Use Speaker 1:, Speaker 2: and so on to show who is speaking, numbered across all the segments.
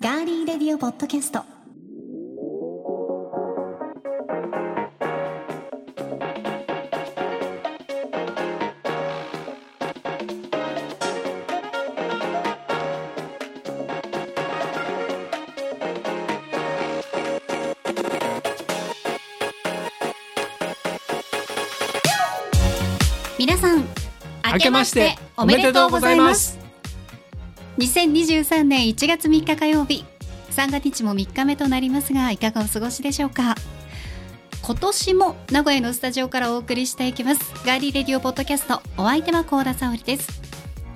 Speaker 1: ガーリーレディオポッドキャスト。皆さん、明けましておめでとうございます。2023年1月3日火曜日三が日も3日目となりますがいかがお過ごしでしょうか今年も名古屋のスタジオからお送りしていきますガーリーレディオポッドキャストお相手は高田沙織です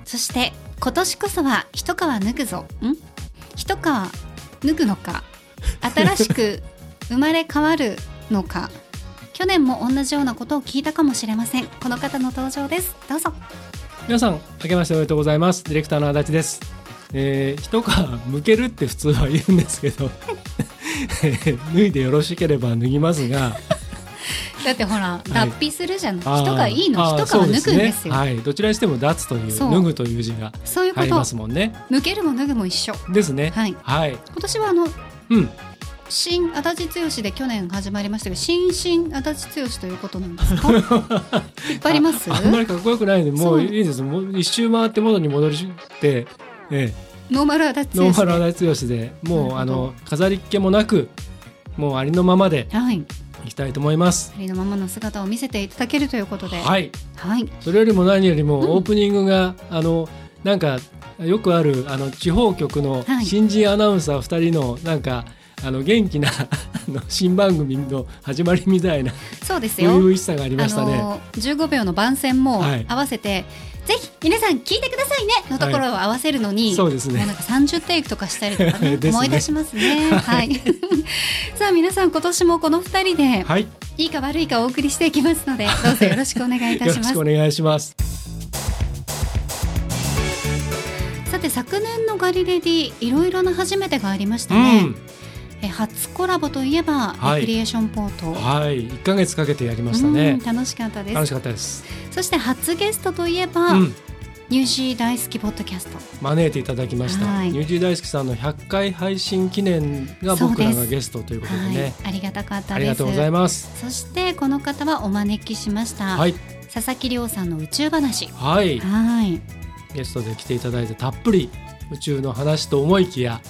Speaker 1: そして今年こそは一皮脱ぐぞん一皮脱ぐのか新しく生まれ変わるのか去年も同じようなことを聞いたかもしれませんこの方の登場ですどうぞ
Speaker 2: 皆さん明けましておめでとうございますディレクターの足立です、えー、一皮むけるって普通は言うんですけど えー脱いでよろしければ脱ぎますが
Speaker 1: だってほら
Speaker 2: い
Speaker 1: 脱皮するじゃん、
Speaker 2: あ ー
Speaker 1: 人がいい
Speaker 2: あ
Speaker 1: の
Speaker 2: ー
Speaker 1: 人から脱ぐんです
Speaker 2: そう
Speaker 1: よそう,、
Speaker 2: はい、どちらにしても脱という
Speaker 1: そう
Speaker 2: 脱ぐという字が
Speaker 1: いうこ
Speaker 2: 入りま
Speaker 1: と
Speaker 2: すもんね
Speaker 1: 抜けるも脱ぐも一緒
Speaker 2: ですね
Speaker 1: はい
Speaker 2: はい、
Speaker 1: 今年はあの
Speaker 2: うん
Speaker 1: 新足立剛で去年始まりましたが新新足立剛ということなんです か引っ張ります
Speaker 2: ああんまりかっこよくないのでもういいですもう一周回って元に戻りして、え
Speaker 1: ノーマル足
Speaker 2: ー、
Speaker 1: 立剛
Speaker 2: ノ
Speaker 1: で
Speaker 2: ーマル足立剛で
Speaker 1: なる
Speaker 2: も
Speaker 1: ほ
Speaker 2: う
Speaker 1: ど
Speaker 2: あの飾りっ気もなくもうありのままで
Speaker 1: はい
Speaker 2: いきたいと思います
Speaker 1: ありのままの姿を見せていただけるということではい、
Speaker 2: はいそれよりも何より
Speaker 1: うん
Speaker 2: もオープニングが、あのなんかよくあるあの地方局の
Speaker 1: はい
Speaker 2: 新人アナウンサー2人のなんか、あの元気な あの新番組の始まりみたいな
Speaker 1: そうです
Speaker 2: 初
Speaker 1: よ
Speaker 2: 々しさがあり
Speaker 1: あ
Speaker 2: ましたね。
Speaker 1: の15秒の番宣も
Speaker 2: はい
Speaker 1: 合わせて、ぜひ皆さん聞いてくださいねのところを合わせるのに、
Speaker 2: そうですね
Speaker 1: もうなんか30テイクとかしたりとか、ね
Speaker 2: ですね
Speaker 1: 思い出します ね。はい さあ皆さん今年もこの2人で
Speaker 2: はい、
Speaker 1: いいか悪いかお送りしていきます のでどうぞよろしくお願いい
Speaker 2: よ
Speaker 1: た
Speaker 2: ろ
Speaker 1: しま
Speaker 2: し
Speaker 1: す
Speaker 2: くお。願いします。
Speaker 1: さて昨年の「ガリレディ」いろいろな初めてがありました
Speaker 2: う
Speaker 1: ね。
Speaker 2: ん、
Speaker 1: え初コラボといえば、
Speaker 2: はい
Speaker 1: レクリエーションポート。
Speaker 2: はい、一ヶ月かけてやりましたね
Speaker 1: うん。楽しかったで
Speaker 2: 楽
Speaker 1: す
Speaker 2: しかったです。
Speaker 1: そして初ゲストといえば、
Speaker 2: うん、
Speaker 1: ニュージー大好きポッドキャスト
Speaker 2: 招いていただきました。
Speaker 1: はい
Speaker 2: ニュージー大好きさんの100回配信記念が僕ら
Speaker 1: そうで
Speaker 2: が
Speaker 1: す
Speaker 2: ゲストということで
Speaker 1: は
Speaker 2: ね。
Speaker 1: い、ありがたかったです
Speaker 2: ありがとうございます。
Speaker 1: そしてこの方はお招きしました、
Speaker 2: はい、
Speaker 1: 佐々木亮さんの宇宙話
Speaker 2: はい。
Speaker 1: はい
Speaker 2: ゲストで来ていただいてたっぷり宇宙の話と思いきや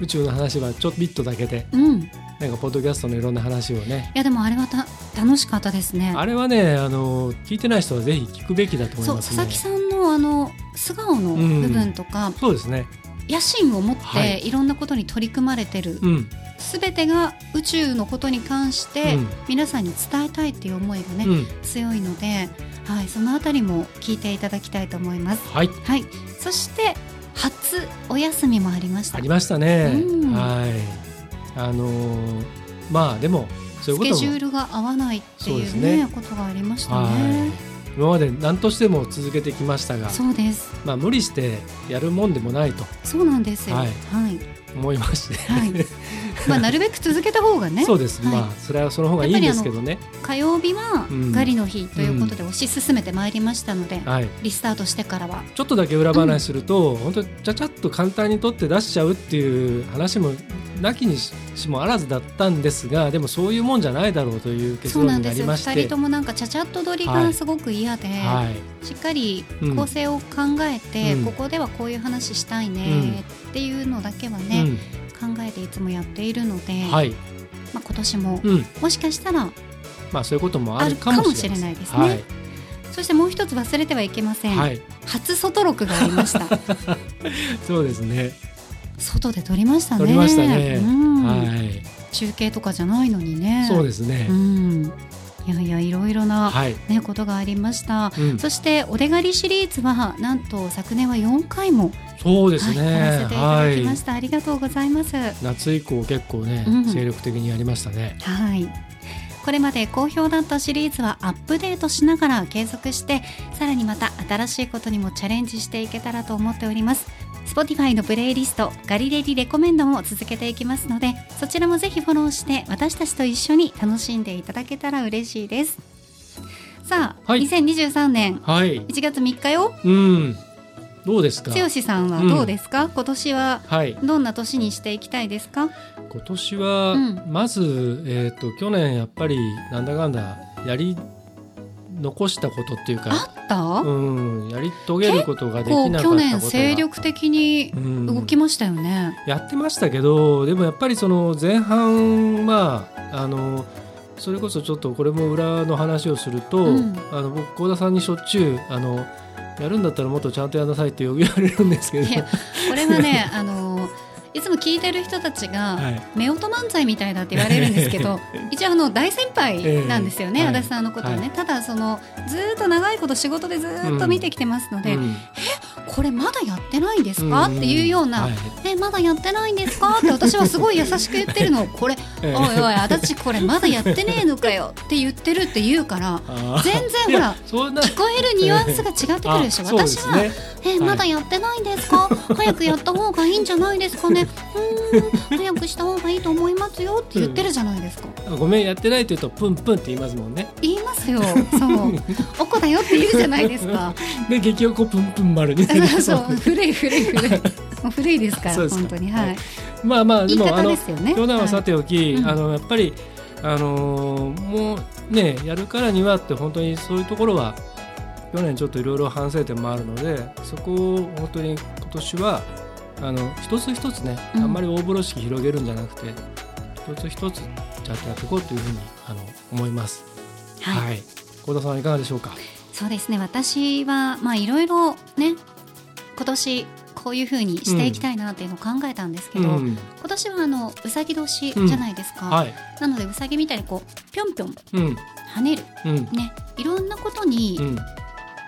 Speaker 2: 宇宙の話はちょびっとだけで
Speaker 1: うんい
Speaker 2: なんかポッドキャストのいろんな話をね
Speaker 1: やでもあれはた楽しかったですね
Speaker 2: あれはねあの聞いてない人はぜひ聞くべきだと思い
Speaker 1: そう
Speaker 2: ます
Speaker 1: 佐
Speaker 2: ね
Speaker 1: 々木さんのあの素顔の部分とか、
Speaker 2: そうですね
Speaker 1: 野心を持っ
Speaker 2: は
Speaker 1: て
Speaker 2: い
Speaker 1: いろんなことに取り組まれてる、
Speaker 2: うん、
Speaker 1: すべてが宇宙のことに関して
Speaker 2: うん
Speaker 1: 皆さんに伝えたいっていう思いがね、
Speaker 2: うん
Speaker 1: 強いので、はい、そのあたりも聞いていただきたいと思います。
Speaker 2: はい
Speaker 1: はい、そして初お休みもありました
Speaker 2: ありましたね、
Speaker 1: うん
Speaker 2: はいあのーまあでもそう
Speaker 1: ス
Speaker 2: いうこと
Speaker 1: ケ
Speaker 2: も
Speaker 1: ジュールが合わないって
Speaker 2: そう
Speaker 1: い
Speaker 2: です
Speaker 1: うね
Speaker 2: ね
Speaker 1: ことがありましたね
Speaker 2: は。い今まで何としても続けてきましたが、
Speaker 1: そうです。
Speaker 2: まあ、無理してやるもんでもないと
Speaker 1: そうなんですよ。は
Speaker 2: はいい。思いまして、
Speaker 1: はい。まあなるべく続けた方がね。
Speaker 2: そうです、
Speaker 1: はい
Speaker 2: まあそれはその方がいいんですけどね
Speaker 1: 火曜日は
Speaker 2: うん
Speaker 1: ガリの日ということで推し進めてまいりましたので、
Speaker 2: はい
Speaker 1: リスタートしてからは。
Speaker 2: ちょっとだけ裏話すると、本当にちゃちゃっと簡単に取って出しちゃうっていう話もなきにしもあらずだったんですがでもそういうもんじゃないだろうという結
Speaker 1: そう
Speaker 2: 論
Speaker 1: なんで
Speaker 2: にな
Speaker 1: す
Speaker 2: り
Speaker 1: よ。
Speaker 2: まし
Speaker 1: 二
Speaker 2: て
Speaker 1: 人ともなんかちゃちゃっと撮りがすごく嫌で、
Speaker 2: はい
Speaker 1: しっかり
Speaker 2: うん
Speaker 1: 構成を考えて、
Speaker 2: うん
Speaker 1: ここではこういう話したいねっていうのだけはね、考えていつもやっているので、
Speaker 2: うんはい
Speaker 1: まあ今年も
Speaker 2: うん
Speaker 1: もしかしたら
Speaker 2: まあそういうこともあるかもしれな
Speaker 1: ある
Speaker 2: い
Speaker 1: かもしれないですそしてもう一つ忘れてはいけません、
Speaker 2: はい、はい、
Speaker 1: 初外録がありま した
Speaker 2: そうですね、
Speaker 1: 外で撮りましたね
Speaker 2: 撮りましたね
Speaker 1: うん
Speaker 2: はい
Speaker 1: 中継とかじゃないのにね
Speaker 2: そうですすね、
Speaker 1: んいやいやいろいろな、
Speaker 2: はい、
Speaker 1: ね、ことがありました
Speaker 2: うん、
Speaker 1: そしてお出がりシリーズはなんと昨年は4回も、
Speaker 2: そうです
Speaker 1: はい、やら
Speaker 2: ね
Speaker 1: せていた
Speaker 2: は
Speaker 1: だ
Speaker 2: い
Speaker 1: きました、ありがとうございます
Speaker 2: 夏以降結構ね、
Speaker 1: うん
Speaker 2: 精力的にやりましたね
Speaker 1: はい。これまで好評だったシリーズはアップデートしながら継続して、さらにまた新しいことにもチャレンジしていけたらと思っております。Spotify のプレイリスト、ガリレディレコメンドも続けていきますので、そちらもぜひフォローして、私たちと一緒に楽しんでいただけたら嬉しいです。さあ、
Speaker 2: はい
Speaker 1: 2023年
Speaker 2: はい
Speaker 1: 1月3日よ。
Speaker 2: うんどうですか
Speaker 1: 剛さんはどうですか、今年は
Speaker 2: はい
Speaker 1: どんな年にしていきたいですか
Speaker 2: 今年は、
Speaker 1: うん
Speaker 2: まず、えー、と去年やっぱりなんだかんだやり残したことっていうか、
Speaker 1: あった、
Speaker 2: うん、やり遂げることがで
Speaker 1: こ
Speaker 2: き
Speaker 1: う
Speaker 2: なかったこと
Speaker 1: 去年
Speaker 2: が
Speaker 1: 精力的に
Speaker 2: うん
Speaker 1: 動きましたよね、
Speaker 2: やってましたけどでもやっぱりその前半はあのそれこそちょっとこれも裏の話をすると、
Speaker 1: うん
Speaker 2: あの僕幸田さんにしょっちゅうあのやるんだったらもっとちゃんとやんなさいってよく言われるんですけど
Speaker 1: いやこれはねあのいつも聞いてる人たちが、
Speaker 2: はい、
Speaker 1: 夫婦漫才みたいだって言われるんですけ ど一応あの大先輩なんですよね、
Speaker 2: ええはい
Speaker 1: 足立さんのことはね、ただそのずーっと長いこと仕事でずーっと見てきてますので、
Speaker 2: うん
Speaker 1: これまだやってないんですか、っていうような、
Speaker 2: はい
Speaker 1: えまだやってないんですかって私はすごい優しく言ってる のをこれお
Speaker 2: え
Speaker 1: い
Speaker 2: え
Speaker 1: おい足立これまだやってねえのかよって言ってるって言うから
Speaker 2: あー
Speaker 1: 全然ほら
Speaker 2: いやそんな
Speaker 1: 聞こえるニュアンスが違ってくるでしょ
Speaker 2: あそうで
Speaker 1: 私
Speaker 2: す
Speaker 1: は、
Speaker 2: ね
Speaker 1: えまだやってないんです か早くやった方がいいんじゃないですかねうーん早くした方がいいと思いますよって言ってるじゃないですか
Speaker 2: ごめんやってないって言うとプンプンって言いますもんね
Speaker 1: 言います よそうおこだよって言うじゃないですか
Speaker 2: で激おこプンプン丸になり
Speaker 1: そう
Speaker 2: ます
Speaker 1: そう
Speaker 2: もんね
Speaker 1: 古い古い古いもう古いですから
Speaker 2: そうですか
Speaker 1: 本当にはい、
Speaker 2: はいまあまあで
Speaker 1: 言い
Speaker 2: もあ
Speaker 1: 方
Speaker 2: の
Speaker 1: ですよね
Speaker 2: 冗談はさ
Speaker 1: は
Speaker 2: ておき、
Speaker 1: うん
Speaker 2: あのやっぱり、あのーもうねやるからにはって本当にそういうところは去年ちょっといろいろ反省点もあるのでそこを本当に今年はあの一つ一つね、
Speaker 1: うん
Speaker 2: あんまり大風呂敷広げるんじゃなくて一つ一つちゃんとやっていこうというふうにあの思います。
Speaker 1: いはい
Speaker 2: はい、小田さんいかがでしょうか。
Speaker 1: そうですね私はまあいろいろね今年こういうふうにしていきたいなっていうのを考えたんですけど、
Speaker 2: うん
Speaker 1: 今年はあのうさぎ年じゃないですか、
Speaker 2: はい、
Speaker 1: なのでうさぎみたいにこうぴょんぴょん
Speaker 2: うん、
Speaker 1: 跳ねる
Speaker 2: うん、
Speaker 1: ねいろんなことに
Speaker 2: うん、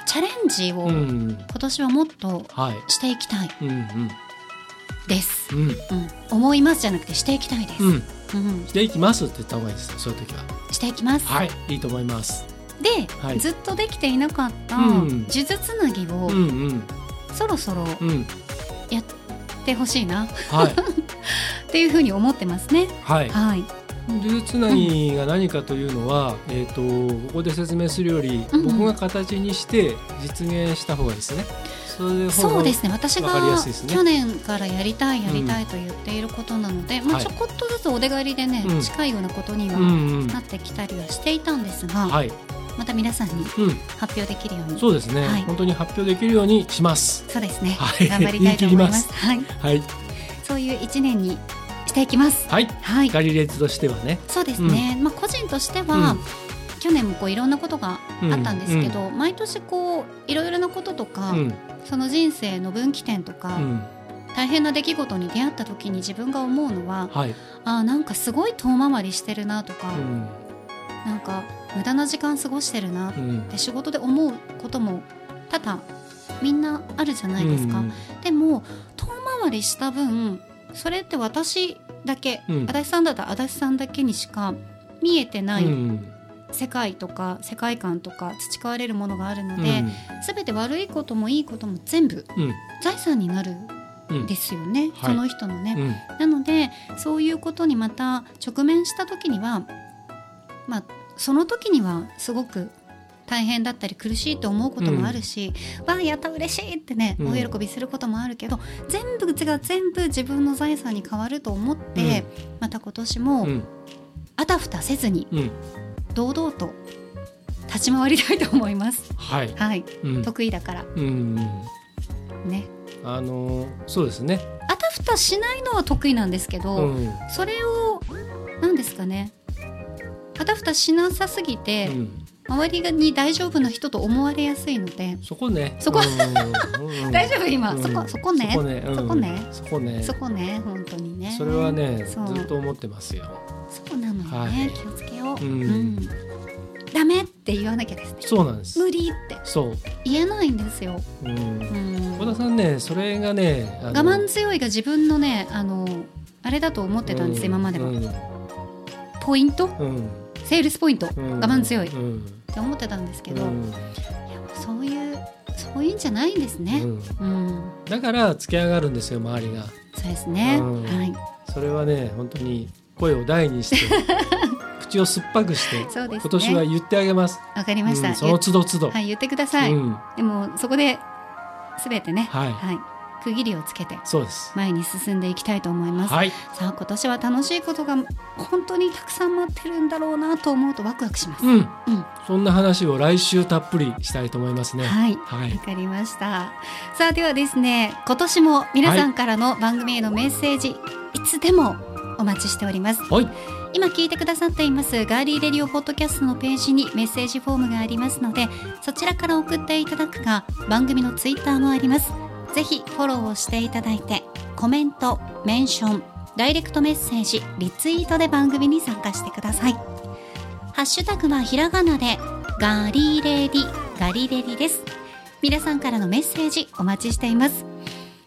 Speaker 1: チャレンジを
Speaker 2: う
Speaker 1: 今
Speaker 2: ん、
Speaker 1: 年はもっと
Speaker 2: はい、
Speaker 1: していきたい
Speaker 2: うん、うん、
Speaker 1: です、
Speaker 2: うん、
Speaker 1: うん、思いますじゃなくてしていきたいです、
Speaker 2: うん、
Speaker 1: うん
Speaker 2: していきますって言った方がいいです。そういう時は。
Speaker 1: していきます、
Speaker 2: はい、いいと思います。
Speaker 1: で、
Speaker 2: はい
Speaker 1: ずっとできていなかった
Speaker 2: うん
Speaker 1: 呪術つなぎを
Speaker 2: うんうん
Speaker 1: そろそろや
Speaker 2: うん。
Speaker 1: ってほしいなっ
Speaker 2: はい
Speaker 1: ていうふうに思ってますね
Speaker 2: はい。
Speaker 1: はい
Speaker 2: 呪術なぎが何かというのは、えっ、とここで説明するより、
Speaker 1: うんうん
Speaker 2: 僕が形にして実現した方がいいですね。それで。
Speaker 1: そうですすね私
Speaker 2: わかりや
Speaker 1: が
Speaker 2: すいですね
Speaker 1: 去年からやりたいやりたいと言っていることなので、まあ、
Speaker 2: は
Speaker 1: ち
Speaker 2: い
Speaker 1: ょこっとずつお出がりでね、
Speaker 2: うん
Speaker 1: 近いようなことに
Speaker 2: う
Speaker 1: は
Speaker 2: んうん。
Speaker 1: なってきたりはしていたんですが、
Speaker 2: はい。
Speaker 1: また皆さんに
Speaker 2: うん。
Speaker 1: 発表できるように
Speaker 2: そうですね、
Speaker 1: はい
Speaker 2: 本当に発表できるようにします。
Speaker 1: そうですね、
Speaker 2: はい
Speaker 1: 頑張りたいと思います
Speaker 2: 言
Speaker 1: はい、
Speaker 2: はい。
Speaker 1: そういう一年にしていきます
Speaker 2: はい。
Speaker 1: はい
Speaker 2: ガリレッズとしてはね。
Speaker 1: そうですね、まあ個人としては、
Speaker 2: うん
Speaker 1: 去年もこういろんなことがあったんですけど、
Speaker 2: う
Speaker 1: 毎年こういろいろなこととか、
Speaker 2: うん。
Speaker 1: その人生の分岐点とか、
Speaker 2: うん。
Speaker 1: 大変な出来事に出会った時に自分が思うのは
Speaker 2: はい。
Speaker 1: あーなんかすごい遠回りしてるなとか、
Speaker 2: うん。
Speaker 1: なんか無駄な時間過ごしてるなっ
Speaker 2: うん。
Speaker 1: て仕事で思うことも多々みんなあるじゃないですか、でも遠回りした分それって私だけ、
Speaker 2: うん
Speaker 1: 足立さんだったら足立さんだけにしか見えてな
Speaker 2: うん。う
Speaker 1: い
Speaker 2: ん。
Speaker 1: 世界とか世界観とか培われるものがあるの
Speaker 2: うん。
Speaker 1: で、全て悪いこともいいことも全部
Speaker 2: うん。
Speaker 1: 財産になる
Speaker 2: うん
Speaker 1: んですよね、
Speaker 2: はい
Speaker 1: その人のね。
Speaker 2: うん。
Speaker 1: なのでそういうことにまた直面した時には、まあ、その時にはすごく大変だったり苦しいと思うこともあるし、わあやった嬉しいってね
Speaker 2: うん
Speaker 1: お喜びすることもあるけど、全部が全部自分の財産に変わると思って、また今年も
Speaker 2: うん。
Speaker 1: あたふたせずに
Speaker 2: うん。
Speaker 1: 堂々と立ち回りたいと思います。
Speaker 2: はい。
Speaker 1: はい、
Speaker 2: うん。
Speaker 1: 得意だから
Speaker 2: うん。
Speaker 1: ね。
Speaker 2: あのそうですね。
Speaker 1: あたふたしないのは得意なんですけど、
Speaker 2: うん。
Speaker 1: それを何ですかねあたふたしなさすぎて、
Speaker 2: うん
Speaker 1: 周りに大丈夫な人と思われやすいので、
Speaker 2: そこね。
Speaker 1: そこ
Speaker 2: うん
Speaker 1: 大丈夫今、
Speaker 2: うん
Speaker 1: そこそこね
Speaker 2: そこね。うん
Speaker 1: そこね
Speaker 2: そこね。
Speaker 1: そこね本当にね
Speaker 2: それはね、ず
Speaker 1: そう
Speaker 2: っと思ってますよ。
Speaker 1: そうなのよね、
Speaker 2: はい
Speaker 1: 気をつけよう、
Speaker 2: う
Speaker 1: うんんダメって言わなきゃですね
Speaker 2: そうなんです
Speaker 1: 無。理って
Speaker 2: そう。
Speaker 1: 言えないんですよ、
Speaker 2: う。
Speaker 1: うんん、
Speaker 2: 小田
Speaker 1: 我
Speaker 2: さんね、それがね、あの
Speaker 1: 慢強いが自分のねあのあれだと思ってたんです、
Speaker 2: うん
Speaker 1: 今までは、
Speaker 2: うん
Speaker 1: ポイント
Speaker 2: うん
Speaker 1: セールスポイント、
Speaker 2: うん
Speaker 1: 我慢強いっ
Speaker 2: うん
Speaker 1: て思ってたんですけど、
Speaker 2: う
Speaker 1: い
Speaker 2: ん
Speaker 1: やそういうそういうんじゃないんです
Speaker 2: う
Speaker 1: ね
Speaker 2: ん
Speaker 1: うん
Speaker 2: だから突き上がるんですよ、周りが。
Speaker 1: そうですね。
Speaker 2: うん
Speaker 1: はい。
Speaker 2: それはね、本当に声を大 にして、口を酸っぱくして、
Speaker 1: そうですね。
Speaker 2: 今年は言ってあげます。
Speaker 1: わかりました。
Speaker 2: うんその
Speaker 1: 言
Speaker 2: 都度都
Speaker 1: っ
Speaker 2: 度。
Speaker 1: はい、言ってください。
Speaker 2: うん
Speaker 1: でもそこですべてね、
Speaker 2: はい
Speaker 1: 区切りをつけて
Speaker 2: そうです。
Speaker 1: 前に進んでいきたいと思います、
Speaker 2: はい、
Speaker 1: さあ今年は楽しいことが本当にたくさん待ってるんだろうなと思うとワクワクします、
Speaker 2: うん、
Speaker 1: うん
Speaker 2: そんな話を来週たっぷりしたいと思いますね。
Speaker 1: はい
Speaker 2: はい
Speaker 1: わ、かりましたさあではですね今年も皆さんからの番組へのメッセージ、い、つでもお待ちしております
Speaker 2: はい
Speaker 1: 今聞いてくださっていますガーリーレディオポッドキャストのページにメッセージフォームがありますのでそちらから送っていただくか番組のツイッターもありますぜひフォローをしていただいてコメント、メンション、ダイレクトメッセージ、リツイートで番組に参加してくださいハッシュタグはひらがなでガリレディ、ガリレディです皆さんからのメッセージお待ちしています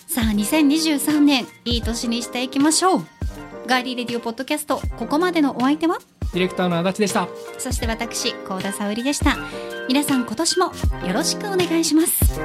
Speaker 1: さあ2023年いい年にしていきましょうガーリーレディオポッドキャストここまでのお相手は
Speaker 2: ディレクターの足立でした。
Speaker 1: そして私高田沙織でした皆さん今年もよろしくお願いします